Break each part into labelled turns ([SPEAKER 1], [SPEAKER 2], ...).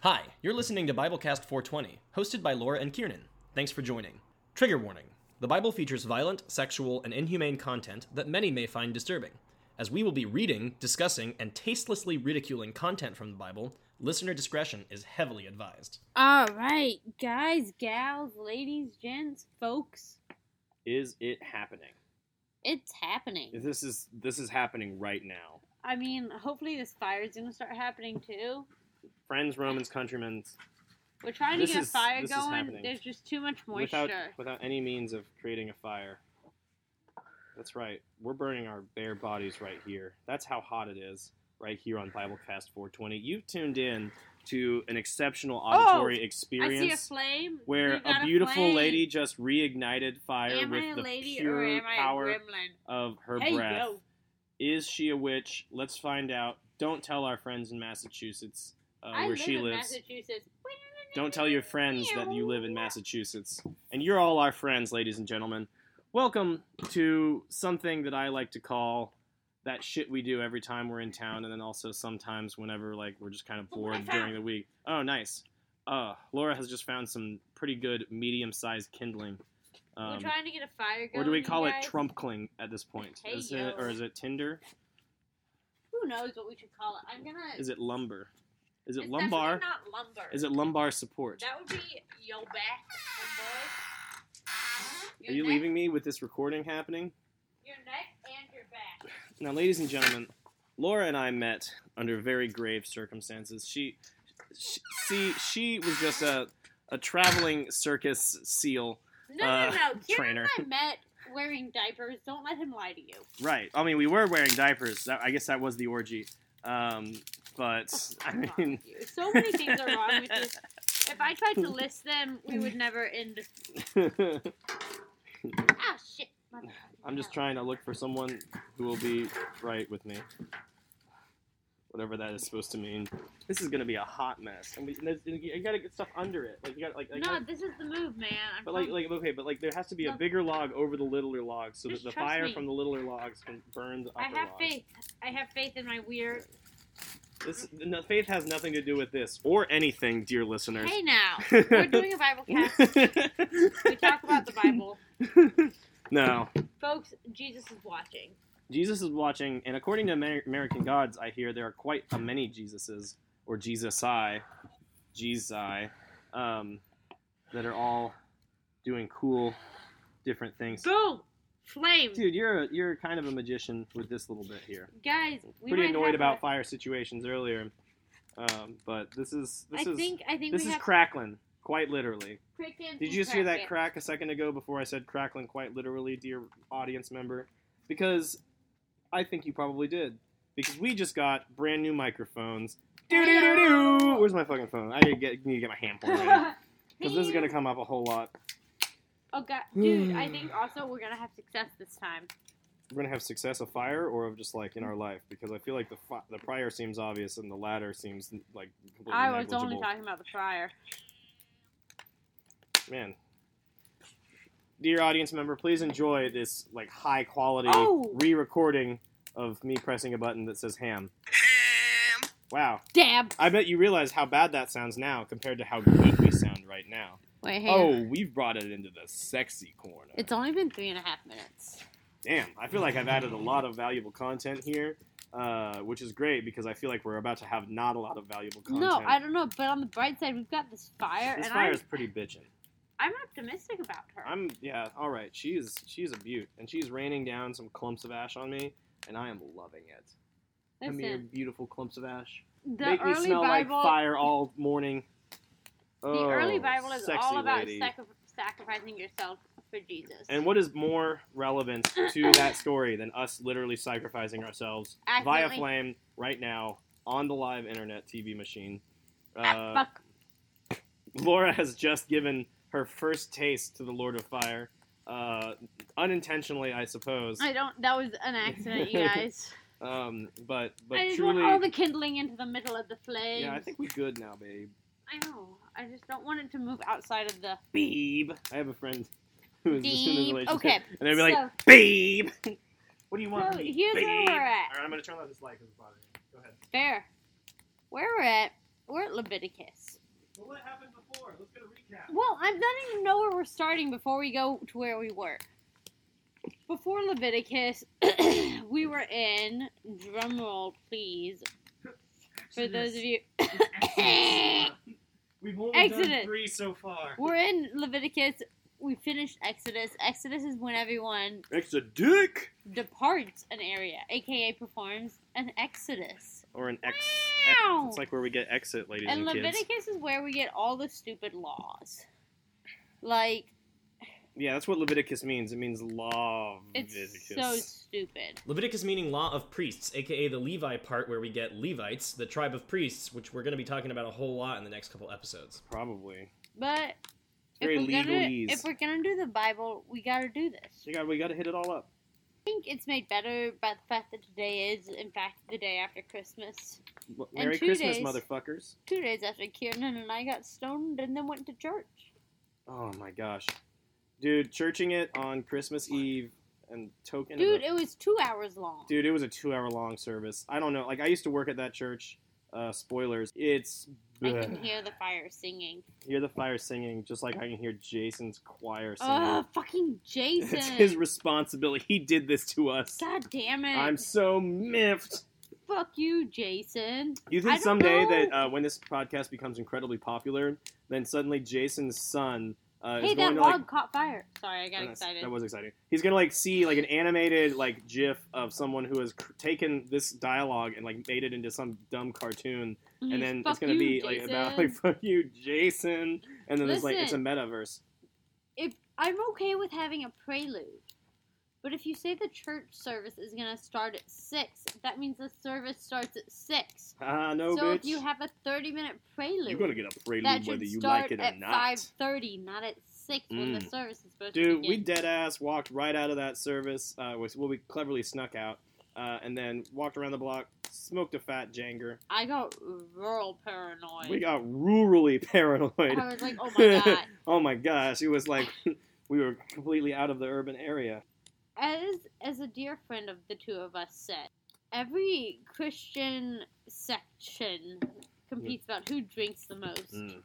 [SPEAKER 1] Hi, you're listening to Biblecast 420, hosted by Laura and Kieran. Thanks for joining. Trigger warning The Bible features violent, sexual, and inhumane content that many may find disturbing. As we will be reading, discussing, and tastelessly ridiculing content from the Bible, listener discretion is heavily advised.
[SPEAKER 2] All right, guys, gals, ladies, gents, folks,
[SPEAKER 3] is it happening
[SPEAKER 2] it's happening.
[SPEAKER 3] this is this is happening right now
[SPEAKER 2] I mean, hopefully this fire's gonna start happening too.
[SPEAKER 3] friends romans countrymen
[SPEAKER 2] We're trying
[SPEAKER 3] This
[SPEAKER 2] to get
[SPEAKER 3] is-
[SPEAKER 2] a fire
[SPEAKER 3] this is
[SPEAKER 2] going.
[SPEAKER 3] happening.
[SPEAKER 2] There's just too much moisture.
[SPEAKER 3] without without any means of creating a fire that's right we're burning our bare bodies right here that's how hot it is right here on biblecast 420 you've tuned in to an exceptional
[SPEAKER 2] Oh, I
[SPEAKER 3] auditory
[SPEAKER 2] see a
[SPEAKER 3] experience
[SPEAKER 2] flame.
[SPEAKER 3] where
[SPEAKER 2] We've got
[SPEAKER 3] a beautiful
[SPEAKER 2] flame.
[SPEAKER 3] lady just reignited fire
[SPEAKER 2] Am I
[SPEAKER 3] with
[SPEAKER 2] a
[SPEAKER 3] the
[SPEAKER 2] lady
[SPEAKER 3] pure
[SPEAKER 2] or am I
[SPEAKER 3] power
[SPEAKER 2] a gremlin?
[SPEAKER 3] of her
[SPEAKER 2] Hey,
[SPEAKER 3] breath. uh,
[SPEAKER 2] yo.
[SPEAKER 3] Is she a witch? Let's find out. Don't tell our friends in Massachusetts uh,
[SPEAKER 2] I
[SPEAKER 3] where
[SPEAKER 2] live
[SPEAKER 3] she
[SPEAKER 2] in
[SPEAKER 3] lives.
[SPEAKER 2] Massachusetts.
[SPEAKER 3] Don't tell your friends that you live in Massachusetts. And you're all our friends, ladies and gentlemen. Welcome to something that I like to call that shit we do every time we're in town, and then also sometimes whenever like we're just kind of
[SPEAKER 2] Look what I
[SPEAKER 3] bored during
[SPEAKER 2] found.
[SPEAKER 3] the week. Oh, nice. Uh, Laura has just found some pretty good medium-sized kindling.
[SPEAKER 2] We're
[SPEAKER 3] Um,
[SPEAKER 2] trying to get a fire going.
[SPEAKER 3] or do we
[SPEAKER 2] you
[SPEAKER 3] call it
[SPEAKER 2] guys.
[SPEAKER 3] trumpkling at this point?
[SPEAKER 2] Hey,
[SPEAKER 3] is it,
[SPEAKER 2] yo.
[SPEAKER 3] or is it Tinder?
[SPEAKER 2] Who knows what we should call it? I'm gonna.
[SPEAKER 3] Is it lumber? Is it
[SPEAKER 2] It's
[SPEAKER 3] lumbar?
[SPEAKER 2] definitely not lumber.
[SPEAKER 3] Is it lumbar support?
[SPEAKER 2] That would be yo back, my boy.
[SPEAKER 3] Are you
[SPEAKER 2] neck,
[SPEAKER 3] leaving me with this recording happening?
[SPEAKER 2] Your neck and your back.
[SPEAKER 3] Now, ladies and gentlemen, Laura and I met under very grave circumstances. She, she see, she was just a, a traveling circus seal.
[SPEAKER 2] No,
[SPEAKER 3] Uh,
[SPEAKER 2] no, no. Kieran
[SPEAKER 3] trainer.
[SPEAKER 2] and I met wearing diapers. Don't let him lie to you.
[SPEAKER 3] Right. I mean, we were wearing diapers. That, I guess that was the orgy. Um, but, I
[SPEAKER 2] Wrong with
[SPEAKER 3] mean,
[SPEAKER 2] you. so many things are wrong with you. If I tried to list them, we would never end. Ah, shit. Motherfucking
[SPEAKER 3] I'm just
[SPEAKER 2] hell.
[SPEAKER 3] trying to look for someone who will be right with me. Whatever that is supposed to mean. This is gonna be a hot mess, and we, and there's- you gotta get stuff under it. Like you gotta like. like
[SPEAKER 2] No, this is the move, man. I'm
[SPEAKER 3] but like,
[SPEAKER 2] telling-
[SPEAKER 3] like okay, but like there has to be a
[SPEAKER 2] No.
[SPEAKER 3] bigger log over the littler logs, so that
[SPEAKER 2] Just
[SPEAKER 3] the
[SPEAKER 2] trust
[SPEAKER 3] fire
[SPEAKER 2] me.
[SPEAKER 3] from the littler logs can burn the upper
[SPEAKER 2] I have
[SPEAKER 3] logs.
[SPEAKER 2] faith. I have faith in my weird.
[SPEAKER 3] This no, faith has nothing to do with this or anything, dear listeners.
[SPEAKER 2] Hey, now. We're doing a Bible cast. We talk about the Bible.
[SPEAKER 3] no,
[SPEAKER 2] Folks, Jesus is watching.
[SPEAKER 3] Jesus is watching, and according to Amer- American Gods, I hear there are quite a many Jesuses or Jesusi, Jesusi, um, that are all doing cool, different things.
[SPEAKER 2] Boom! Flames.
[SPEAKER 3] Dude, you're a, you're kind of a magician with this little bit here.
[SPEAKER 2] Guys, we
[SPEAKER 3] Pretty
[SPEAKER 2] might
[SPEAKER 3] annoyed
[SPEAKER 2] have
[SPEAKER 3] about
[SPEAKER 2] A,
[SPEAKER 3] fire situations earlier, um, but this is
[SPEAKER 2] I
[SPEAKER 3] this is
[SPEAKER 2] think I think
[SPEAKER 3] this
[SPEAKER 2] we
[SPEAKER 3] is
[SPEAKER 2] have
[SPEAKER 3] crackling quite literally.
[SPEAKER 2] crickets. and
[SPEAKER 3] Did you just hear that
[SPEAKER 2] crickets.
[SPEAKER 3] crack a second ago before I said crackling quite literally, dear audience member? Because I think you probably did. Because we just got brand new microphones. Doo doo doo doo! Where's my fucking phone? I need to get, need to get my hand ready. Because this is going to come up a whole lot.
[SPEAKER 2] Oh god, dude! I think also we're gonna have success this time.
[SPEAKER 3] We're going to have success of fire or of just like in our life. Because I feel like the fi- the prior seems obvious and the latter seems like completely
[SPEAKER 2] I was
[SPEAKER 3] negligible.
[SPEAKER 2] only talking about the fryer.
[SPEAKER 3] Man. Dear audience member, please enjoy this like high quality
[SPEAKER 2] Oh!
[SPEAKER 3] re-recording of me pressing a button that says ham. Wow.
[SPEAKER 2] Dab.
[SPEAKER 3] I bet you realize how bad that sounds now compared to how good we sound right now.
[SPEAKER 2] Wait, hey.
[SPEAKER 3] Oh, we've brought it into the sexy corner.
[SPEAKER 2] It's only been three and a half minutes.
[SPEAKER 3] Damn, I feel like I've added a lot of valuable content here, uh, which is great because I feel like we're about to have not a lot of valuable content.
[SPEAKER 2] No, I don't know, but on the bright side, we've got this fire,
[SPEAKER 3] This
[SPEAKER 2] and
[SPEAKER 3] fire is pretty bitchin'.
[SPEAKER 2] I'm, I'm optimistic about her.
[SPEAKER 3] I'm yeah, all right. She's she's a beaut, and she's raining down some clumps of ash on me, and I am loving it. Come here,
[SPEAKER 2] Listen,
[SPEAKER 3] beautiful clumps of ash.
[SPEAKER 2] the
[SPEAKER 3] Make me
[SPEAKER 2] early
[SPEAKER 3] smell
[SPEAKER 2] Bible,
[SPEAKER 3] like fire all morning.
[SPEAKER 2] the
[SPEAKER 3] oh,
[SPEAKER 2] early Bible is
[SPEAKER 3] sexy
[SPEAKER 2] all about
[SPEAKER 3] lady.
[SPEAKER 2] sacri- sacrificing yourself for Jesus.
[SPEAKER 3] And what is more relevant to that story than us literally sacrificing ourselves via
[SPEAKER 2] Accidentally.
[SPEAKER 3] flame right now on the live internet TV machine?
[SPEAKER 2] Ah,
[SPEAKER 3] Uh,
[SPEAKER 2] fuck.
[SPEAKER 3] Laura has just given her first taste to the Lord of Fire, uh, unintentionally, I suppose.
[SPEAKER 2] I don't. That was an accident, you guys.
[SPEAKER 3] Um, but but
[SPEAKER 2] I just
[SPEAKER 3] truly,
[SPEAKER 2] want all the kindling into the middle of the flame.
[SPEAKER 3] yeah, I think we're good now, babe.
[SPEAKER 2] I know. I just don't want it to move outside of the.
[SPEAKER 3] Babe, I have a friend who is in a
[SPEAKER 2] Babe.
[SPEAKER 3] relationship,
[SPEAKER 2] Okay,
[SPEAKER 3] and they'd be like,
[SPEAKER 2] so,
[SPEAKER 3] "Babe, what do you want?"
[SPEAKER 2] so
[SPEAKER 3] from me,
[SPEAKER 2] here's where
[SPEAKER 3] babe?
[SPEAKER 2] we're at.
[SPEAKER 3] All right, I'm gonna turn off this light because it's bothering me. Go ahead.
[SPEAKER 2] Fair. Where we're at We're at Leviticus.
[SPEAKER 3] Well, what happened before? Let's get a recap.
[SPEAKER 2] Well, I don't even know where we're starting before we go to where we were. Before Leviticus, we were in drumroll, please. For those of you,
[SPEAKER 3] We've only
[SPEAKER 2] Exodus.
[SPEAKER 3] done three so far.
[SPEAKER 2] we're in Leviticus. We finished Exodus. Exodus is when everyone
[SPEAKER 3] Extra dick.
[SPEAKER 2] departs an area, aka performs an exodus.
[SPEAKER 3] Or an ex.
[SPEAKER 2] Wow.
[SPEAKER 3] It's like where we get exit, ladies
[SPEAKER 2] And
[SPEAKER 3] and,
[SPEAKER 2] Leviticus
[SPEAKER 3] kids.
[SPEAKER 2] is where we get all the stupid laws. Like
[SPEAKER 3] Yeah, that's what Leviticus means. It means law. of
[SPEAKER 2] it's
[SPEAKER 3] Leviticus.
[SPEAKER 2] so stupid.
[SPEAKER 1] Leviticus meaning law of priests, aka the Levi part where we get Levites, the tribe of priests, which we're going to be talking about a whole lot in the next couple episodes.
[SPEAKER 3] Probably.
[SPEAKER 2] But
[SPEAKER 3] very
[SPEAKER 2] if we're, gonna,
[SPEAKER 3] legalese.
[SPEAKER 2] if we're gonna do the Bible, we gotta do this.
[SPEAKER 3] You got, we got to hit it all up.
[SPEAKER 2] I think it's made better by the fact that today is, in fact, the day after Christmas.
[SPEAKER 3] M- Merry
[SPEAKER 2] two
[SPEAKER 3] Christmas,
[SPEAKER 2] days.
[SPEAKER 3] motherfuckers.
[SPEAKER 2] Two days after Kiernan and I got stoned and then went to church.
[SPEAKER 3] Oh my gosh, dude, churching it on Christmas Eve and token. of
[SPEAKER 2] Dude,
[SPEAKER 3] a-
[SPEAKER 2] it was two hours long.
[SPEAKER 3] dude, it was a two-hour-long service. I don't know. Like I used to work at that church. Uh, spoilers. It's
[SPEAKER 2] I can
[SPEAKER 3] bleh.
[SPEAKER 2] hear the fire singing.
[SPEAKER 3] hear the fire singing, just like I can hear Jason's choir singing.
[SPEAKER 2] Oh, fucking Jason.
[SPEAKER 3] it's his responsibility. He did this to us.
[SPEAKER 2] God damn it.
[SPEAKER 3] I'm so miffed.
[SPEAKER 2] Fuck you, Jason.
[SPEAKER 3] You
[SPEAKER 2] I
[SPEAKER 3] think
[SPEAKER 2] don't
[SPEAKER 3] someday
[SPEAKER 2] know.
[SPEAKER 3] that uh, when this podcast becomes incredibly popular, then suddenly Jason's son uh,
[SPEAKER 2] hey,
[SPEAKER 3] is going
[SPEAKER 2] that
[SPEAKER 3] to
[SPEAKER 2] log
[SPEAKER 3] like.
[SPEAKER 2] caught fire. Sorry, I got
[SPEAKER 3] Oh, that's-
[SPEAKER 2] excited.
[SPEAKER 3] That was exciting. He's gonna like see like an animated like GIF of someone who has cr- taken this dialogue and like made it into some dumb cartoon, and then
[SPEAKER 2] Mm, Fuck
[SPEAKER 3] it's gonna
[SPEAKER 2] you,
[SPEAKER 3] be like about like
[SPEAKER 2] Jason.
[SPEAKER 3] fuck you, Jason, and then it's like it's a
[SPEAKER 2] Listen.
[SPEAKER 3] metaverse.
[SPEAKER 2] if I'm okay with having a prelude, but if you say the church service is gonna start at six, that means the service starts at six.
[SPEAKER 3] Ah, no,
[SPEAKER 2] so
[SPEAKER 3] bitch.
[SPEAKER 2] if you have a thirty-minute prelude,
[SPEAKER 3] You're gonna get a
[SPEAKER 2] that
[SPEAKER 3] prelude
[SPEAKER 2] should
[SPEAKER 3] whether you
[SPEAKER 2] start
[SPEAKER 3] like it or
[SPEAKER 2] at
[SPEAKER 3] not.
[SPEAKER 2] five thirty, not at six when the
[SPEAKER 3] Mm.
[SPEAKER 2] service is supposed to
[SPEAKER 3] Dude, we
[SPEAKER 2] begin.
[SPEAKER 3] dead ass walked right out of that service. Uh, which, well, we cleverly snuck out, uh, and then walked around the block, smoked a fat janger.
[SPEAKER 2] I got rural paranoid.
[SPEAKER 3] We got rurally paranoid.
[SPEAKER 2] I was like, oh my god.
[SPEAKER 3] oh my gosh, it was like we were completely out of the urban area.
[SPEAKER 2] as as a dear friend of the two of us said, every Christian section competes about who drinks the most. But no,
[SPEAKER 3] Mm.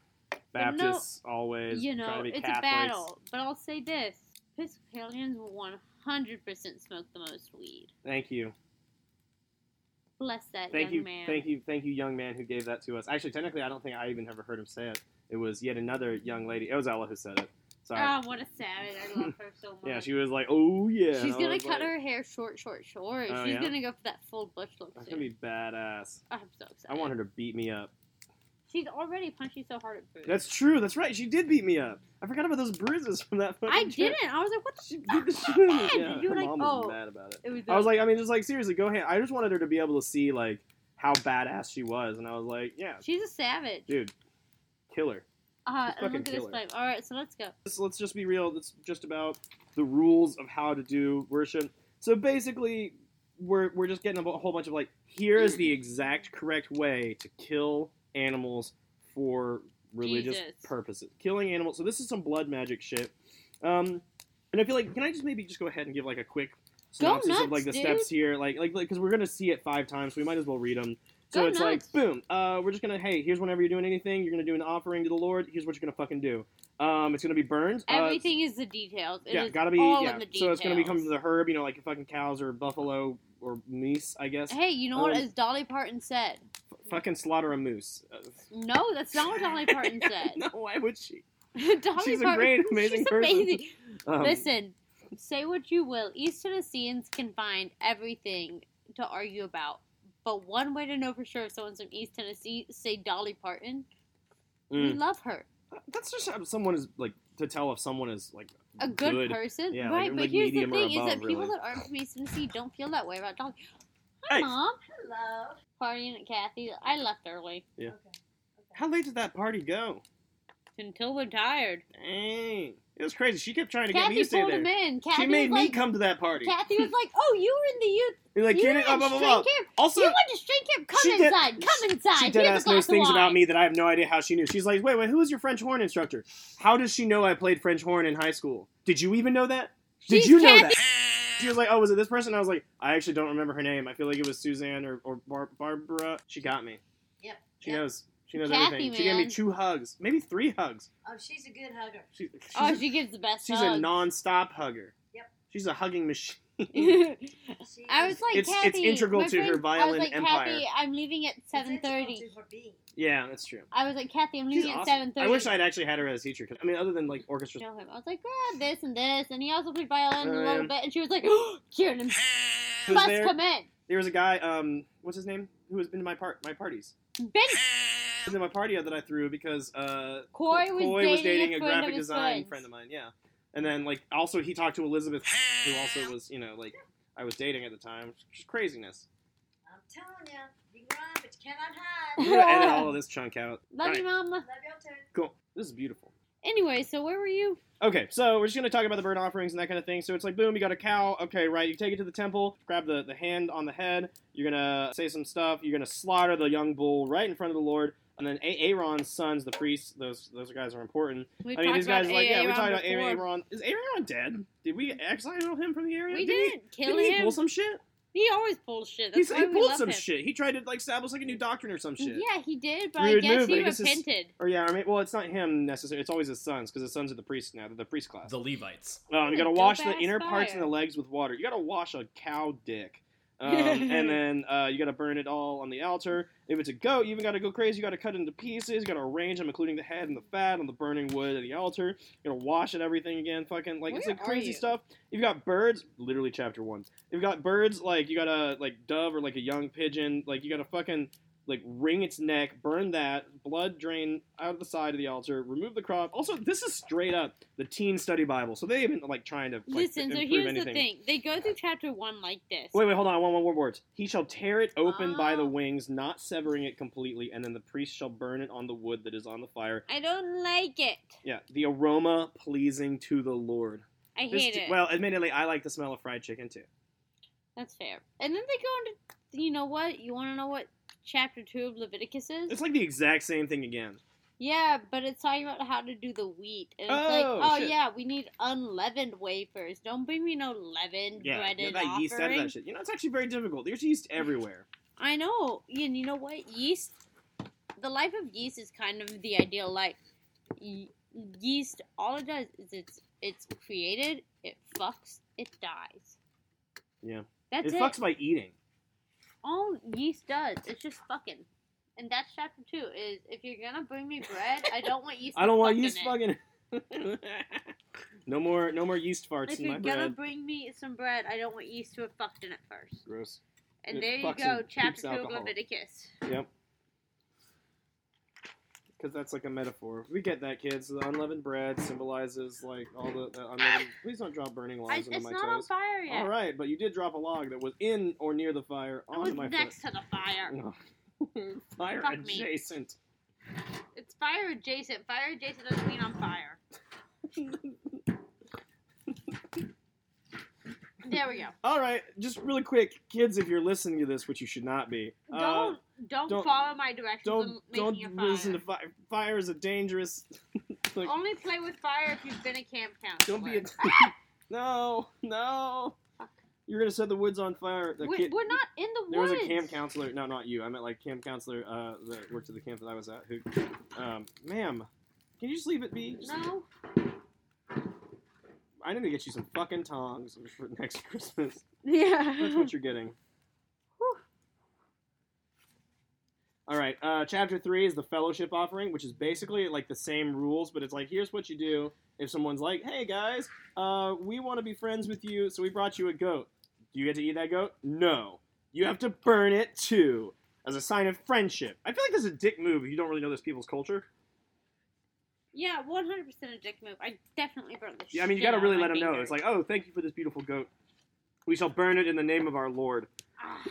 [SPEAKER 3] Baptists always
[SPEAKER 2] you
[SPEAKER 3] trying
[SPEAKER 2] know,
[SPEAKER 3] to be
[SPEAKER 2] it's
[SPEAKER 3] Catholics.
[SPEAKER 2] a battle. But I'll say this: Episcopalians one hundred percent smoke the most weed.
[SPEAKER 3] Thank you,
[SPEAKER 2] Bless that
[SPEAKER 3] thank
[SPEAKER 2] young
[SPEAKER 3] you,
[SPEAKER 2] man.
[SPEAKER 3] thank you, thank you, young man who gave that to us. Actually, technically, I don't think I even ever heard him say it. It was yet another young lady. It was Ella who said it. Sorry.
[SPEAKER 2] Oh, what a savage! I love her so much.
[SPEAKER 3] yeah, she was like, "Oh yeah." and
[SPEAKER 2] She's
[SPEAKER 3] I
[SPEAKER 2] gonna
[SPEAKER 3] was
[SPEAKER 2] cut
[SPEAKER 3] like,
[SPEAKER 2] her hair short, short, short.
[SPEAKER 3] Oh,
[SPEAKER 2] She's
[SPEAKER 3] yeah?
[SPEAKER 2] gonna go for that full bush look.
[SPEAKER 3] That's
[SPEAKER 2] soon.
[SPEAKER 3] gonna be badass.
[SPEAKER 2] I'm so excited.
[SPEAKER 3] I want her to beat me up.
[SPEAKER 2] She's already punchy so hard at Bruce.
[SPEAKER 3] That's true. That's right. She did beat me up. I forgot about those bruises from that. Fucking
[SPEAKER 2] I
[SPEAKER 3] trip.
[SPEAKER 2] didn't. I was like, what the
[SPEAKER 3] She beat the shit out of me. Yeah,
[SPEAKER 2] You were
[SPEAKER 3] her
[SPEAKER 2] like,
[SPEAKER 3] mom was
[SPEAKER 2] oh.
[SPEAKER 3] mad about it.
[SPEAKER 2] It was
[SPEAKER 3] I was like, I mean, just like seriously, go ahead. I just wanted her to be able to see like how badass she was, and I was like, yeah,
[SPEAKER 2] she's a savage.
[SPEAKER 3] dude, kill her.
[SPEAKER 2] Uh,
[SPEAKER 3] She's
[SPEAKER 2] and
[SPEAKER 3] fucking
[SPEAKER 2] look at this
[SPEAKER 3] killer. Uh,
[SPEAKER 2] flame. All right, so let's go.
[SPEAKER 3] Let's- let's just be real. It's just about the rules of how to do worship. So basically, we're we're just getting a whole bunch of like, here is the exact correct way to kill animals for religious
[SPEAKER 2] Jesus.
[SPEAKER 3] purposes. Killing animals. So this is some blood magic shit. Um, and I feel like, can I just maybe just go ahead and give like a quick synopsis of
[SPEAKER 2] nuts,
[SPEAKER 3] like the
[SPEAKER 2] dude.
[SPEAKER 3] steps here, like like because we're gonna see it five times, so we might as well read them. So
[SPEAKER 2] Go
[SPEAKER 3] it's
[SPEAKER 2] nuts.
[SPEAKER 3] like, boom, uh, we're just gonna, hey, here's whenever you're doing anything, you're gonna do an offering to the Lord. Here's what you're gonna fucking do. Um, it's gonna be burned. Uh,
[SPEAKER 2] Everything is the details. It
[SPEAKER 3] yeah,
[SPEAKER 2] is
[SPEAKER 3] gotta be.
[SPEAKER 2] all
[SPEAKER 3] yeah.
[SPEAKER 2] in the details.
[SPEAKER 3] so it's gonna be coming to the herb, you know, like fucking cows or buffalo or meese, I guess.
[SPEAKER 2] Hey, you know what?
[SPEAKER 3] Um,
[SPEAKER 2] As Dolly Parton said,
[SPEAKER 3] Fucking slaughter a moose. Uh,
[SPEAKER 2] no, that's not what Dolly Parton said.
[SPEAKER 3] no, why would she?
[SPEAKER 2] Dolly
[SPEAKER 3] She's a
[SPEAKER 2] Parton,
[SPEAKER 3] great, amazing
[SPEAKER 2] she's
[SPEAKER 3] person.
[SPEAKER 2] amazing.
[SPEAKER 3] Um,
[SPEAKER 2] Listen, say what you will. East Tennesseans can find everything to argue about. But one way to know for sure if someone's from East Tennessee, say Dolly Parton. We
[SPEAKER 3] mm.
[SPEAKER 2] love her.
[SPEAKER 3] that's just how someone is like to tell if someone is like
[SPEAKER 2] a good, person,
[SPEAKER 3] Yeah, like-
[SPEAKER 2] right? but
[SPEAKER 3] like
[SPEAKER 2] here's the
[SPEAKER 3] medium
[SPEAKER 2] thing:
[SPEAKER 3] or above,
[SPEAKER 2] is that people
[SPEAKER 3] really.
[SPEAKER 2] that aren't from East Tennessee don't feel that way about Dolly. Hi,
[SPEAKER 3] Hey.
[SPEAKER 2] mom. Hello. Partying at Kathy. I left early
[SPEAKER 3] How late did that party go?
[SPEAKER 2] until we're tired.
[SPEAKER 3] Dang, it was crazy. She kept trying to get me
[SPEAKER 2] Kathy
[SPEAKER 3] to stay
[SPEAKER 2] pulled
[SPEAKER 3] there.
[SPEAKER 2] him in. Kathy
[SPEAKER 3] she made
[SPEAKER 2] was
[SPEAKER 3] me
[SPEAKER 2] like,
[SPEAKER 3] come to that party.
[SPEAKER 2] Kathy was like, "Oh, you were in the youth.
[SPEAKER 3] You're like,
[SPEAKER 2] you
[SPEAKER 3] get
[SPEAKER 2] were
[SPEAKER 3] it, blah,
[SPEAKER 2] in
[SPEAKER 3] blah, blah,
[SPEAKER 2] straight
[SPEAKER 3] blah.
[SPEAKER 2] camp.
[SPEAKER 3] Also,
[SPEAKER 2] you went to straight camp. Come
[SPEAKER 3] she did-
[SPEAKER 2] inside. Come inside.
[SPEAKER 3] She dead
[SPEAKER 2] Here's a
[SPEAKER 3] ass
[SPEAKER 2] glass
[SPEAKER 3] knows
[SPEAKER 2] of
[SPEAKER 3] things
[SPEAKER 2] wine.
[SPEAKER 3] about me that I have no idea how she knew. She's like, wait, wait, who was your French horn instructor? How does she know I played French horn in high school? Did you even know that? Did
[SPEAKER 2] She's
[SPEAKER 3] you know
[SPEAKER 2] Kathy-
[SPEAKER 3] that? She was like, oh, was it this person? I was like, I actually don't remember her name. I feel like it was Suzanne or, or Bar- Barbara. She got me.
[SPEAKER 2] Yep.
[SPEAKER 3] She
[SPEAKER 2] Yep.
[SPEAKER 3] knows. She knows
[SPEAKER 2] Kathy,
[SPEAKER 3] everything. She gave me
[SPEAKER 2] man.
[SPEAKER 3] two hugs, maybe three hugs.
[SPEAKER 4] Oh, she's a good hugger.
[SPEAKER 3] She, she's
[SPEAKER 2] oh,
[SPEAKER 3] a-
[SPEAKER 2] she gives the best
[SPEAKER 3] she's
[SPEAKER 2] hug.
[SPEAKER 3] a non-stop hugger.
[SPEAKER 4] Yep.
[SPEAKER 3] She's a hugging machine.
[SPEAKER 4] She
[SPEAKER 2] I was like,
[SPEAKER 3] It's- it's
[SPEAKER 2] Kathy.
[SPEAKER 3] integral
[SPEAKER 2] my
[SPEAKER 3] to her
[SPEAKER 2] friend- I
[SPEAKER 3] violin
[SPEAKER 2] was like,
[SPEAKER 3] empire.
[SPEAKER 2] Kathy, I'm leaving at
[SPEAKER 4] It's integral
[SPEAKER 2] 7:30.
[SPEAKER 4] to her being.
[SPEAKER 3] Yeah, that's true.
[SPEAKER 2] I was like, Kathy, I'm
[SPEAKER 3] She's
[SPEAKER 2] leaving at
[SPEAKER 3] awesome.
[SPEAKER 2] 7:30.
[SPEAKER 3] I wish I'd actually had her as a teacher. 'cause- I mean, other than like orchestra.
[SPEAKER 2] know him. I was like, grab this and this, and he also played violin a
[SPEAKER 3] Oh,
[SPEAKER 2] little
[SPEAKER 3] yeah.
[SPEAKER 2] bit, and she was like, Kieran, and
[SPEAKER 3] Who's
[SPEAKER 2] bus
[SPEAKER 3] there?
[SPEAKER 2] come in.
[SPEAKER 3] There was a guy. Um, what's his name? Who has been to my part my parties?
[SPEAKER 2] Ben
[SPEAKER 3] Been to my party that I threw because uh,
[SPEAKER 2] Coy was dating, a, friend
[SPEAKER 3] graphic
[SPEAKER 2] of his
[SPEAKER 3] design
[SPEAKER 2] friends.
[SPEAKER 3] friend of mine. Yeah, and then like also he talked to Elizabeth, who also was you know like I was dating at the time. Just craziness.
[SPEAKER 4] I'm telling you, you can run, but you cannot
[SPEAKER 3] I'm
[SPEAKER 4] hide.
[SPEAKER 3] gonna edit all of this chunk out.
[SPEAKER 2] Love
[SPEAKER 3] All
[SPEAKER 2] you,
[SPEAKER 3] right,
[SPEAKER 2] Mama.
[SPEAKER 4] Love your turn.
[SPEAKER 3] cool. This is beautiful.
[SPEAKER 2] Anyway, so where were you?
[SPEAKER 3] Okay, so we're just gonna talk about the burnt offerings and that kind of thing. So it's like, boom, you got a cow. Okay, right. You take it to the temple, grab the, the hand on the head. You're gonna say some stuff. You're gonna slaughter the young bull right in front of the Lord. And then A- Aaron's sons, the priests, those those guys are important.
[SPEAKER 2] We
[SPEAKER 3] I mean, these guys, are like, yeah, we talked about
[SPEAKER 2] before.
[SPEAKER 3] Aaron. Is Aaron dead? Did we exile him from the area?
[SPEAKER 2] We
[SPEAKER 3] Didn't he-
[SPEAKER 2] didn't kill
[SPEAKER 3] didn't he
[SPEAKER 2] him.
[SPEAKER 3] pull some shit?
[SPEAKER 2] He always pulls shit.
[SPEAKER 3] He's,
[SPEAKER 2] That's why
[SPEAKER 3] he
[SPEAKER 2] we
[SPEAKER 3] pulled
[SPEAKER 2] love
[SPEAKER 3] some
[SPEAKER 2] him.
[SPEAKER 3] shit. He tried to like establish like a new doctrine or some shit.
[SPEAKER 2] Yeah, he did, but I
[SPEAKER 3] Weird
[SPEAKER 2] guess
[SPEAKER 3] move,
[SPEAKER 2] he
[SPEAKER 3] but I guess it's-
[SPEAKER 2] repented.
[SPEAKER 3] Or yeah, I mean, well, it's not him necessarily. It's always his sons because his sons are the priests now. They're the priest class.
[SPEAKER 1] The Levites.
[SPEAKER 3] Um, you gotta
[SPEAKER 2] Go
[SPEAKER 3] wash the
[SPEAKER 2] fast
[SPEAKER 3] inner parts
[SPEAKER 2] fire.
[SPEAKER 3] and the legs with water. You gotta wash a cow dick. Um, and then uh, you gotta burn it all on the altar. If it's a goat, you even gotta go crazy. You gotta cut it into pieces. You gotta arrange them, including the head and the fat on the burning wood and the altar. You gotta wash it, everything again. Fucking like it's
[SPEAKER 2] Where
[SPEAKER 3] like
[SPEAKER 2] are
[SPEAKER 3] crazy
[SPEAKER 2] you?
[SPEAKER 3] stuff. You've got birds, literally chapter one. You've got birds like you gotta like dove or like a young pigeon. Like you gotta fucking like wring its neck, burn that, blood drain out of the side of the altar, remove the crop. Also, this is straight up the teen study Bible, so they haven't like trying to like,
[SPEAKER 2] Listen, so
[SPEAKER 3] improve
[SPEAKER 2] here's
[SPEAKER 3] anything.
[SPEAKER 2] the thing. They go through chapter one like this.
[SPEAKER 3] Wait, wait, hold on. One, one, one words. He shall tear it open by the
[SPEAKER 2] Oh.
[SPEAKER 3] wings, not severing it completely, and then the priest shall burn it on the wood that is on the fire.
[SPEAKER 2] I don't like it.
[SPEAKER 3] Yeah, the aroma pleasing to the Lord.
[SPEAKER 2] I
[SPEAKER 3] This
[SPEAKER 2] hate
[SPEAKER 3] t-
[SPEAKER 2] it.
[SPEAKER 3] Well, admittedly, I like the smell of fried chicken too.
[SPEAKER 2] That's fair. And then they go into, you know what? You want to know what chapter two of Leviticus is?
[SPEAKER 3] It's like the exact same thing again.
[SPEAKER 2] yeah, but it's talking about how to do the wheat, and it's
[SPEAKER 3] Oh,
[SPEAKER 2] like, oh
[SPEAKER 3] shit.
[SPEAKER 2] yeah, we need unleavened wafers. Don't bring me no leavened
[SPEAKER 3] Yeah,
[SPEAKER 2] breaded
[SPEAKER 3] get that yeast out of
[SPEAKER 2] offering.
[SPEAKER 3] that shit. You know, it's actually very difficult. There's yeast everywhere.
[SPEAKER 2] I know, and you know what? Yeast. The life of yeast is kind of the ideal life. Ye- yeast, all it does is it's it's created, it fucks, it dies.
[SPEAKER 3] Yeah.
[SPEAKER 2] That's
[SPEAKER 3] it
[SPEAKER 2] it.
[SPEAKER 3] fucks by eating.
[SPEAKER 2] all yeast does it's just fucking. And that's chapter two. Is if you're gonna bring me bread, I don't want yeast.
[SPEAKER 3] I don't want
[SPEAKER 2] fucking
[SPEAKER 3] yeast
[SPEAKER 2] it.
[SPEAKER 3] fucking. no more, no more yeast farts
[SPEAKER 2] If
[SPEAKER 3] in
[SPEAKER 2] you're
[SPEAKER 3] my
[SPEAKER 2] gonna
[SPEAKER 3] bread.
[SPEAKER 2] bring me some bread, I don't want yeast to have fucked in it first.
[SPEAKER 3] Gross.
[SPEAKER 2] And
[SPEAKER 3] It
[SPEAKER 2] there you
[SPEAKER 3] fucks
[SPEAKER 2] go,
[SPEAKER 3] and poops
[SPEAKER 2] chapter two of
[SPEAKER 3] alcohol.
[SPEAKER 2] Leviticus.
[SPEAKER 3] Yep. Because that's like a metaphor. We get that, kids. The unleavened bread symbolizes like all the, the unleavened. Please don't drop burning
[SPEAKER 2] I,
[SPEAKER 3] logs
[SPEAKER 2] it's
[SPEAKER 3] into my
[SPEAKER 2] not on
[SPEAKER 3] toes.
[SPEAKER 2] fire yet.
[SPEAKER 3] All right, but you did drop a log that was in or near the fire
[SPEAKER 2] I
[SPEAKER 3] onto
[SPEAKER 2] was
[SPEAKER 3] my
[SPEAKER 2] next to the fire.
[SPEAKER 3] foot. No. fire
[SPEAKER 2] Fuck me.
[SPEAKER 3] adjacent.
[SPEAKER 2] It's fire adjacent. Fire adjacent doesn't mean on fire. there we go.
[SPEAKER 3] All right, just really quick, kids, if you're listening to this, which you should not be, uh,
[SPEAKER 2] Don't don't,
[SPEAKER 3] don't-
[SPEAKER 2] follow my directions. on
[SPEAKER 3] don't
[SPEAKER 2] making a
[SPEAKER 3] don't
[SPEAKER 2] fire. Oh
[SPEAKER 3] listen to fire. Fire is a dangerous. like,
[SPEAKER 2] Only play with fire if you've been a camp counselor.
[SPEAKER 3] Don't be a. no, no. You're gonna set the woods on fire. The
[SPEAKER 2] we're,
[SPEAKER 3] kid-
[SPEAKER 2] we're not in the
[SPEAKER 3] There was
[SPEAKER 2] woods.
[SPEAKER 3] a camp counselor. No, not you. I meant like camp counselor uh, that worked at the camp that I was at. Who, um, ma'am, can you just leave it be? Just-
[SPEAKER 2] No,
[SPEAKER 3] I need to get you some fucking tongs for next Christmas. That's
[SPEAKER 2] yeah.
[SPEAKER 3] what you're getting. All right. Uh, chapter three is the fellowship offering, which is basically like the same rules, but it's like here's what you do if someone's like, "Hey guys, uh, we want to be friends with you, so we brought you a goat. Do you get to eat that goat? No. You have to burn it too, as a sign of friendship. I feel like that's a dick move. if You don't really know this people's culture.
[SPEAKER 2] Yeah, one hundred percent a dick move. I definitely burnt the.
[SPEAKER 3] Yeah, I mean, you
[SPEAKER 2] shit
[SPEAKER 3] got to
[SPEAKER 2] out
[SPEAKER 3] really
[SPEAKER 2] of my
[SPEAKER 3] let them know. It's
[SPEAKER 2] fingers.
[SPEAKER 3] like, oh, thank you for this beautiful goat. We shall burn it in the name of our Lord.
[SPEAKER 2] Ah,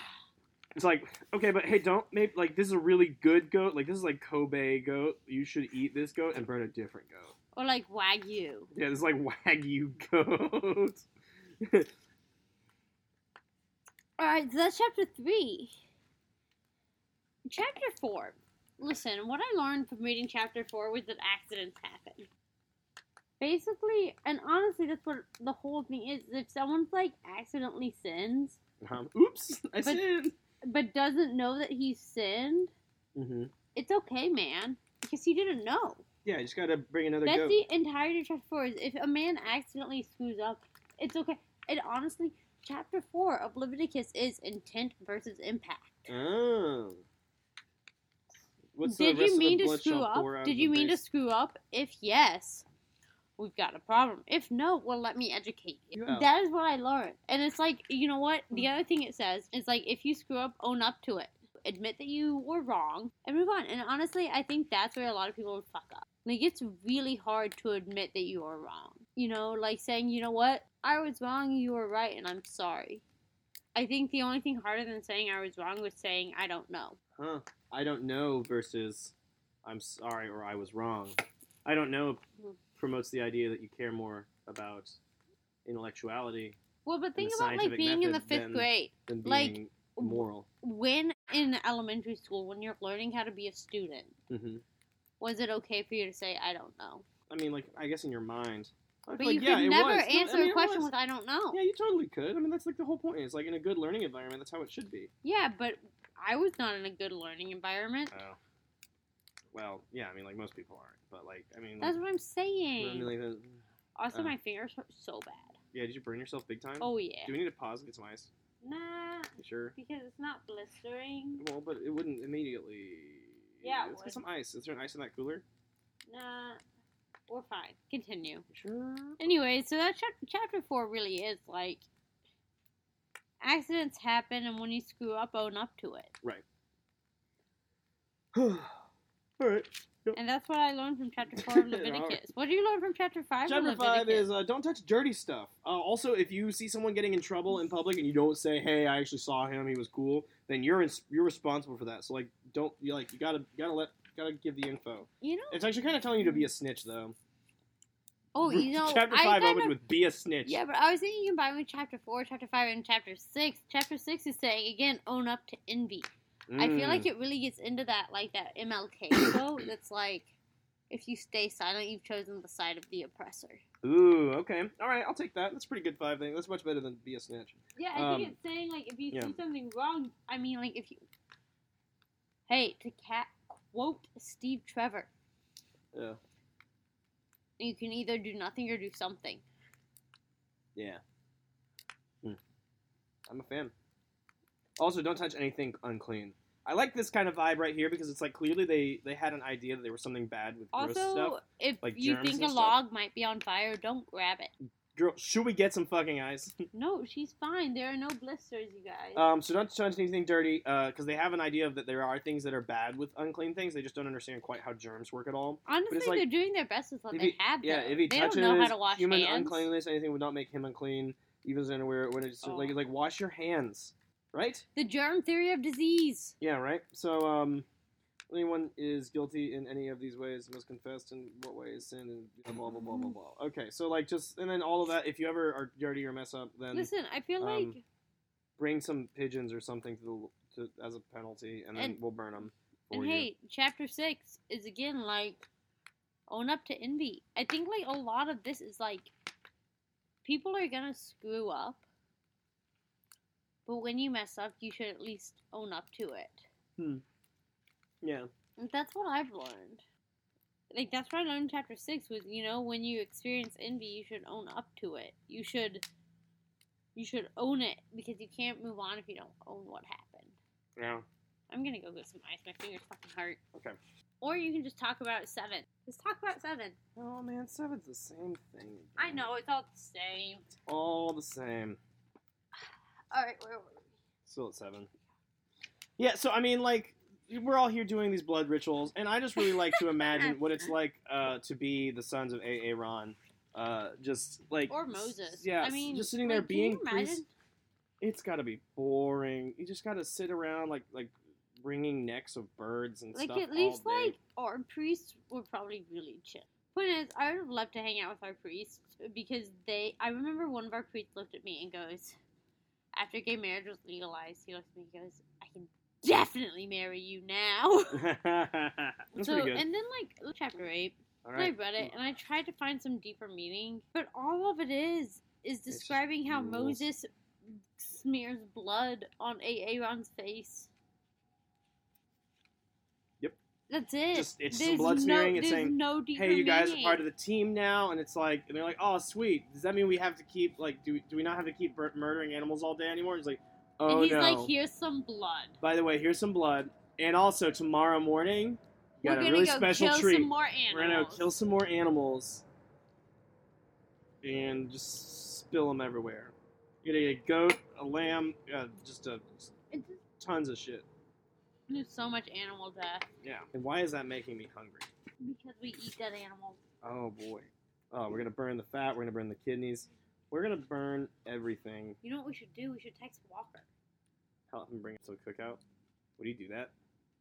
[SPEAKER 3] It's like, okay, but hey, don't maybe like this is a really good goat. Like this is like Kobe goat. You should eat this goat and burn a different goat.
[SPEAKER 2] or like wagyu.
[SPEAKER 3] Yeah, this is like Wagyu goat.
[SPEAKER 2] All right, so that's chapter three. Chapter four. Listen, what I learned from reading chapter four was that accidents happen. Basically, and honestly, that's what the whole thing is. If someone's like accidentally sins,
[SPEAKER 3] Um, oops, I
[SPEAKER 2] But-
[SPEAKER 3] said.
[SPEAKER 2] but doesn't know that he sinned,
[SPEAKER 3] Mm-hmm.
[SPEAKER 2] it's okay, man, because he didn't know.
[SPEAKER 3] Yeah, you just gotta bring another
[SPEAKER 2] That's
[SPEAKER 3] goat.
[SPEAKER 2] the entirety of chapter four. Is if a man accidentally screws up, it's okay. And honestly, chapter four of Leviticus is intent versus impact.
[SPEAKER 3] Oh. What's the
[SPEAKER 2] Did
[SPEAKER 3] rest
[SPEAKER 2] you
[SPEAKER 3] of the
[SPEAKER 2] mean to
[SPEAKER 3] blood
[SPEAKER 2] screw
[SPEAKER 3] shall
[SPEAKER 2] up?
[SPEAKER 3] pour out of
[SPEAKER 2] Did
[SPEAKER 3] the
[SPEAKER 2] you mean to
[SPEAKER 3] base?
[SPEAKER 2] screw up? If yes, we've got a problem. If no, well, let me educate you.
[SPEAKER 3] Yeah.
[SPEAKER 2] That is what I learned. And it's like, you know what? The
[SPEAKER 3] Hmm.
[SPEAKER 2] other thing it says is like, if you screw up, own up to it. Admit that you were wrong and move on. And honestly, I think that's where a lot of people would fuck up. Like, it's really hard to admit that you are wrong. You know, like saying, you know what? I was wrong, you were right, and I'm sorry. I think the only thing harder than saying I was wrong was saying I don't know.
[SPEAKER 3] Huh. I don't know versus I'm sorry or I was wrong. I don't know promotes the idea that you care more about intellectuality
[SPEAKER 2] Well, but think
[SPEAKER 3] the
[SPEAKER 2] about like
[SPEAKER 3] scientific
[SPEAKER 2] being in the
[SPEAKER 3] method,
[SPEAKER 2] fifth
[SPEAKER 3] then-
[SPEAKER 2] grade.
[SPEAKER 3] than
[SPEAKER 2] Like,
[SPEAKER 3] being moral.
[SPEAKER 2] When in elementary school, when you're learning how to be a student,
[SPEAKER 3] hmm
[SPEAKER 2] was it okay for you to say "I don't know"?
[SPEAKER 3] I mean, like, I guess in your mind. I
[SPEAKER 2] But
[SPEAKER 3] feel like,
[SPEAKER 2] you
[SPEAKER 3] yeah,
[SPEAKER 2] could
[SPEAKER 3] it
[SPEAKER 2] never
[SPEAKER 3] was. No, I
[SPEAKER 2] answer
[SPEAKER 3] mean,
[SPEAKER 2] a
[SPEAKER 3] it
[SPEAKER 2] question
[SPEAKER 3] was.
[SPEAKER 2] with "I don't know."
[SPEAKER 3] Yeah, you totally could. I mean, that's like the whole point. It's like in a good learning environment, that's how it should be.
[SPEAKER 2] Yeah, but I was not in a good learning environment.
[SPEAKER 3] Oh. Well, yeah, I mean, like most people aren't, but like, I mean,
[SPEAKER 2] That's what I'm
[SPEAKER 3] I mean,
[SPEAKER 2] saying.
[SPEAKER 3] like, the-
[SPEAKER 2] Also,
[SPEAKER 3] uh.
[SPEAKER 2] my fingers hurt so bad.
[SPEAKER 3] yeah, did you burn yourself big time?
[SPEAKER 2] Oh
[SPEAKER 3] Do
[SPEAKER 2] yeah.
[SPEAKER 3] we need to pause and get some ice?
[SPEAKER 2] Nah,
[SPEAKER 3] You sure?
[SPEAKER 2] because it's not blistering.
[SPEAKER 3] Well, but it wouldn't immediately.
[SPEAKER 2] Yeah, it
[SPEAKER 3] Let's
[SPEAKER 2] would.
[SPEAKER 3] get some ice. Is there an ice in that cooler?
[SPEAKER 2] Nah, we're fine. Continue.
[SPEAKER 3] Sure.
[SPEAKER 2] Anyway, so that chap- chapter four really is like accidents happen, and when you screw up, own up to it.
[SPEAKER 3] All right.
[SPEAKER 2] And that's what I learned from chapter four of
[SPEAKER 3] All right.
[SPEAKER 2] Leviticus. What do you learn from chapter five? of
[SPEAKER 3] Chapter five
[SPEAKER 2] Leviticus?
[SPEAKER 3] is uh, don't touch dirty stuff. Uh, also, if you see someone getting in trouble in public and you don't say, "Hey, I actually saw him. He was cool," then you're ins- you're responsible for that. So like, don't you like you gotta gotta let gotta give the info.
[SPEAKER 2] you know.
[SPEAKER 3] It's actually kind of telling you to be a snitch though.
[SPEAKER 2] Oh, you know.
[SPEAKER 3] Chapter
[SPEAKER 2] I
[SPEAKER 3] five
[SPEAKER 2] kind
[SPEAKER 3] opens
[SPEAKER 2] of-
[SPEAKER 3] with "Be a snitch."
[SPEAKER 2] Yeah, but I was thinking you combine with chapter four, chapter five, and chapter six. Chapter six is saying again, own up to envy. I feel
[SPEAKER 3] Mm.
[SPEAKER 2] like it really gets into that, like that MLK quote. That's like, if you stay silent, you've chosen the side of the oppressor.
[SPEAKER 3] Ooh, okay. All right, I'll take that. That's a pretty good five thing. That's much better than "Be a snitch."
[SPEAKER 2] Yeah, I think
[SPEAKER 3] Um,
[SPEAKER 2] it's saying like if you
[SPEAKER 3] yeah.
[SPEAKER 2] see something wrong, I mean like if you Hey, to cat quote Steve Trevor,
[SPEAKER 3] Yeah.
[SPEAKER 2] you can either do nothing or do something.
[SPEAKER 3] Yeah. I'm a fan. Also, don't touch anything unclean. I like this kind of vibe right here because it's like clearly they they had an idea that there was something bad with gross
[SPEAKER 2] Also,
[SPEAKER 3] stuff.
[SPEAKER 2] if
[SPEAKER 3] like
[SPEAKER 2] you
[SPEAKER 3] germs
[SPEAKER 2] think
[SPEAKER 3] and
[SPEAKER 2] a
[SPEAKER 3] stuff.
[SPEAKER 2] log might be on fire, don't grab it.
[SPEAKER 3] Girl, should we get some fucking ice?
[SPEAKER 2] No, she's fine. There are no blisters, you guys.
[SPEAKER 3] um, so don't touch anything dirty because they have an idea of that there are things that are bad with unclean things. They just don't understand quite how germs work at all.
[SPEAKER 2] Honestly,
[SPEAKER 3] it's like-
[SPEAKER 2] they're doing their best with what
[SPEAKER 3] If
[SPEAKER 2] they
[SPEAKER 3] he-
[SPEAKER 2] have.
[SPEAKER 3] yeah,
[SPEAKER 2] though.
[SPEAKER 3] if he
[SPEAKER 2] they
[SPEAKER 3] touches
[SPEAKER 2] don't know how to wash
[SPEAKER 3] human
[SPEAKER 2] hands.
[SPEAKER 3] uncleanliness, anything would not make him unclean. Even his underwear, when it's
[SPEAKER 2] Oh.
[SPEAKER 3] like like wash your hands, right?
[SPEAKER 2] The germ theory of disease.
[SPEAKER 3] Yeah, right. So, um, anyone is guilty in any of these ways must confess in what way is sin and blah blah blah blah blah. Okay, so like just and then all of that. If you ever are dirty or mess up, then
[SPEAKER 2] Listen, I feel
[SPEAKER 3] um,
[SPEAKER 2] like
[SPEAKER 3] bring some pigeons or something to the to, as a penalty, and then
[SPEAKER 2] And-
[SPEAKER 3] we'll burn them.
[SPEAKER 2] And hey, chapter six is again like own up to envy. I think like a lot of this is like people are gonna screw up, but when you mess up, you should at least own up to it.
[SPEAKER 3] yeah,
[SPEAKER 2] And that's what I've learned. Like that's what I learned in chapter six was you know when you experience envy, you should own up to it. You should you should own it because you can't move on if you don't own what happened.
[SPEAKER 3] yeah.
[SPEAKER 2] I'm gonna go get some ice. My fingers fucking hurt.
[SPEAKER 3] Okay.
[SPEAKER 2] Or you can just talk about seven. Just talk about seven.
[SPEAKER 3] Oh man, seven's the same thing. again.
[SPEAKER 2] I know it's all the same.
[SPEAKER 3] It's all the same.
[SPEAKER 2] All right, where were we?
[SPEAKER 3] Still at seven. Yeah, so I mean, like, we're all here doing these blood rituals, and I just really like to imagine what it's like uh, to be the sons of Aaron. Uh, just like
[SPEAKER 2] Or Moses.
[SPEAKER 3] yeah.
[SPEAKER 2] I mean,
[SPEAKER 3] just sitting there
[SPEAKER 2] like, can
[SPEAKER 3] being
[SPEAKER 2] you imagine?
[SPEAKER 3] priests. It's got to be boring. You just got to sit around like like wringing necks of birds and
[SPEAKER 2] Like
[SPEAKER 3] stuff.
[SPEAKER 2] at least
[SPEAKER 3] all day.
[SPEAKER 2] like our priests were probably really chill. Point is, I would have loved to hang out with our priests because they. I remember one of our priests looked at me and goes, after gay marriage was legalized, he looked at me and goes, "I can definitely marry you now."
[SPEAKER 3] that's
[SPEAKER 2] so,
[SPEAKER 3] pretty good.
[SPEAKER 2] and then like chapter eight.
[SPEAKER 3] all
[SPEAKER 2] And
[SPEAKER 3] right.
[SPEAKER 2] I read it and I tried to find some deeper meaning, but all of it is is
[SPEAKER 3] just
[SPEAKER 2] describing how
[SPEAKER 3] rules.
[SPEAKER 2] Moses smears blood on Aaron's face.
[SPEAKER 3] Yep.
[SPEAKER 2] That's it.
[SPEAKER 3] Just- it's some
[SPEAKER 2] there's
[SPEAKER 3] blood
[SPEAKER 2] no,
[SPEAKER 3] smearing, it's
[SPEAKER 2] there's
[SPEAKER 3] saying,
[SPEAKER 2] no deeper
[SPEAKER 3] hey, you guys are
[SPEAKER 2] meaning.
[SPEAKER 3] part of the team now, and it's like, and they're like, oh, sweet. Does that mean we have to keep like, do we, do we not have to keep bur- murdering animals all day anymore? It's like, oh
[SPEAKER 2] and he's
[SPEAKER 3] no.
[SPEAKER 2] like, here's some blood.
[SPEAKER 3] By the way, here's some blood, and also tomorrow morning, you
[SPEAKER 2] We're
[SPEAKER 3] got a
[SPEAKER 2] gonna
[SPEAKER 3] really
[SPEAKER 2] go
[SPEAKER 3] special
[SPEAKER 2] kill
[SPEAKER 3] treat.
[SPEAKER 2] some more animals.
[SPEAKER 3] We're gonna go kill some more animals, and just spill them everywhere. You're gonna get a goat, a lamb, uh, just a,
[SPEAKER 2] It's-
[SPEAKER 3] tons of shit.
[SPEAKER 2] There's so much animal death
[SPEAKER 3] Yeah. And why is that making me hungry?
[SPEAKER 2] because we eat dead animals.
[SPEAKER 3] Oh boy. Oh, we're gonna burn the fat. We're gonna burn the kidneys. We're gonna burn everything.
[SPEAKER 2] You know what we should do? We should text Walker.
[SPEAKER 3] Help him bring us to a cookout. Would you do that?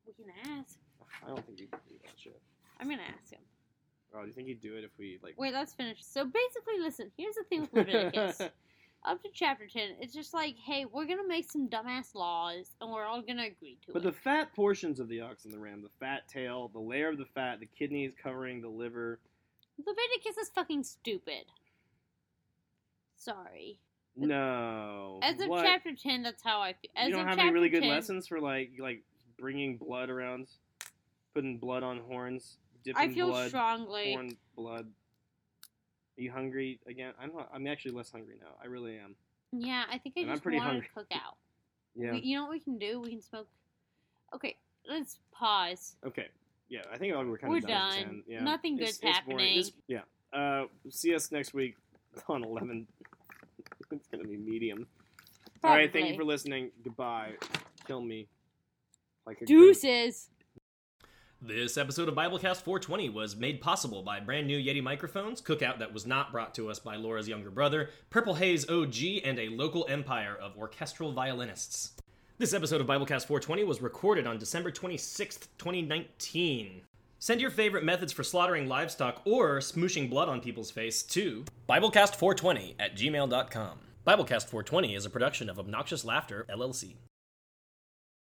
[SPEAKER 2] We can ask.
[SPEAKER 3] I don't think you could do that shit.
[SPEAKER 2] I'm gonna ask him.
[SPEAKER 3] Oh, do you think you'd do it if we like?
[SPEAKER 2] Wait, let's finish. So basically, listen. Here's the thing with Leviticus. Up to chapter ten, it's just like, hey, we're gonna make some dumbass laws, and we're all gonna agree to
[SPEAKER 3] But
[SPEAKER 2] it.
[SPEAKER 3] the fat portions of the ox and the ram, the fat tail, the layer of the fat, the kidneys covering the liver.
[SPEAKER 2] Leviticus is fucking stupid. Sorry.
[SPEAKER 3] No.
[SPEAKER 2] As of
[SPEAKER 3] what?
[SPEAKER 2] chapter ten, that's how I feel. As
[SPEAKER 3] you don't
[SPEAKER 2] of
[SPEAKER 3] have any
[SPEAKER 2] chapter
[SPEAKER 3] really good
[SPEAKER 2] 10,
[SPEAKER 3] lessons for like like bringing blood around, putting blood on horns, dipping
[SPEAKER 2] I feel
[SPEAKER 3] blood,
[SPEAKER 2] strongly.
[SPEAKER 3] horn blood. Are you hungry again? I'm not, I'm actually less hungry now. I really am.
[SPEAKER 2] Yeah, I think I
[SPEAKER 3] And I'm
[SPEAKER 2] just
[SPEAKER 3] pretty
[SPEAKER 2] want
[SPEAKER 3] hungry.
[SPEAKER 2] to cook out.
[SPEAKER 3] Yeah.
[SPEAKER 2] We, you know what we can do? We can smoke. Okay, let's pause.
[SPEAKER 3] Okay. Yeah, I think we're kind
[SPEAKER 2] We're
[SPEAKER 3] of done. with
[SPEAKER 2] done.
[SPEAKER 3] 10. Yeah.
[SPEAKER 2] Nothing good's
[SPEAKER 3] boring. This- yeah. Uh, see us next week on 11. it's going to be medium. All right. Thank you
[SPEAKER 2] Probably.
[SPEAKER 3] for listening. Goodbye. Kill me. Like a goat.
[SPEAKER 2] Deuces.
[SPEAKER 1] This episode of Biblecast 420 was made possible by brand new Yeti microphones, cookout that was not brought to us by Laura's younger brother, Purple Haze OG, and a local empire of orchestral violinists. This episode of Biblecast 420 was recorded on December 26th, 2019. Send your favorite methods for slaughtering livestock or smooshing blood on people's face to Biblecast420 at gmail.com. Biblecast 420 is a production of Obnoxious Laughter, LLC.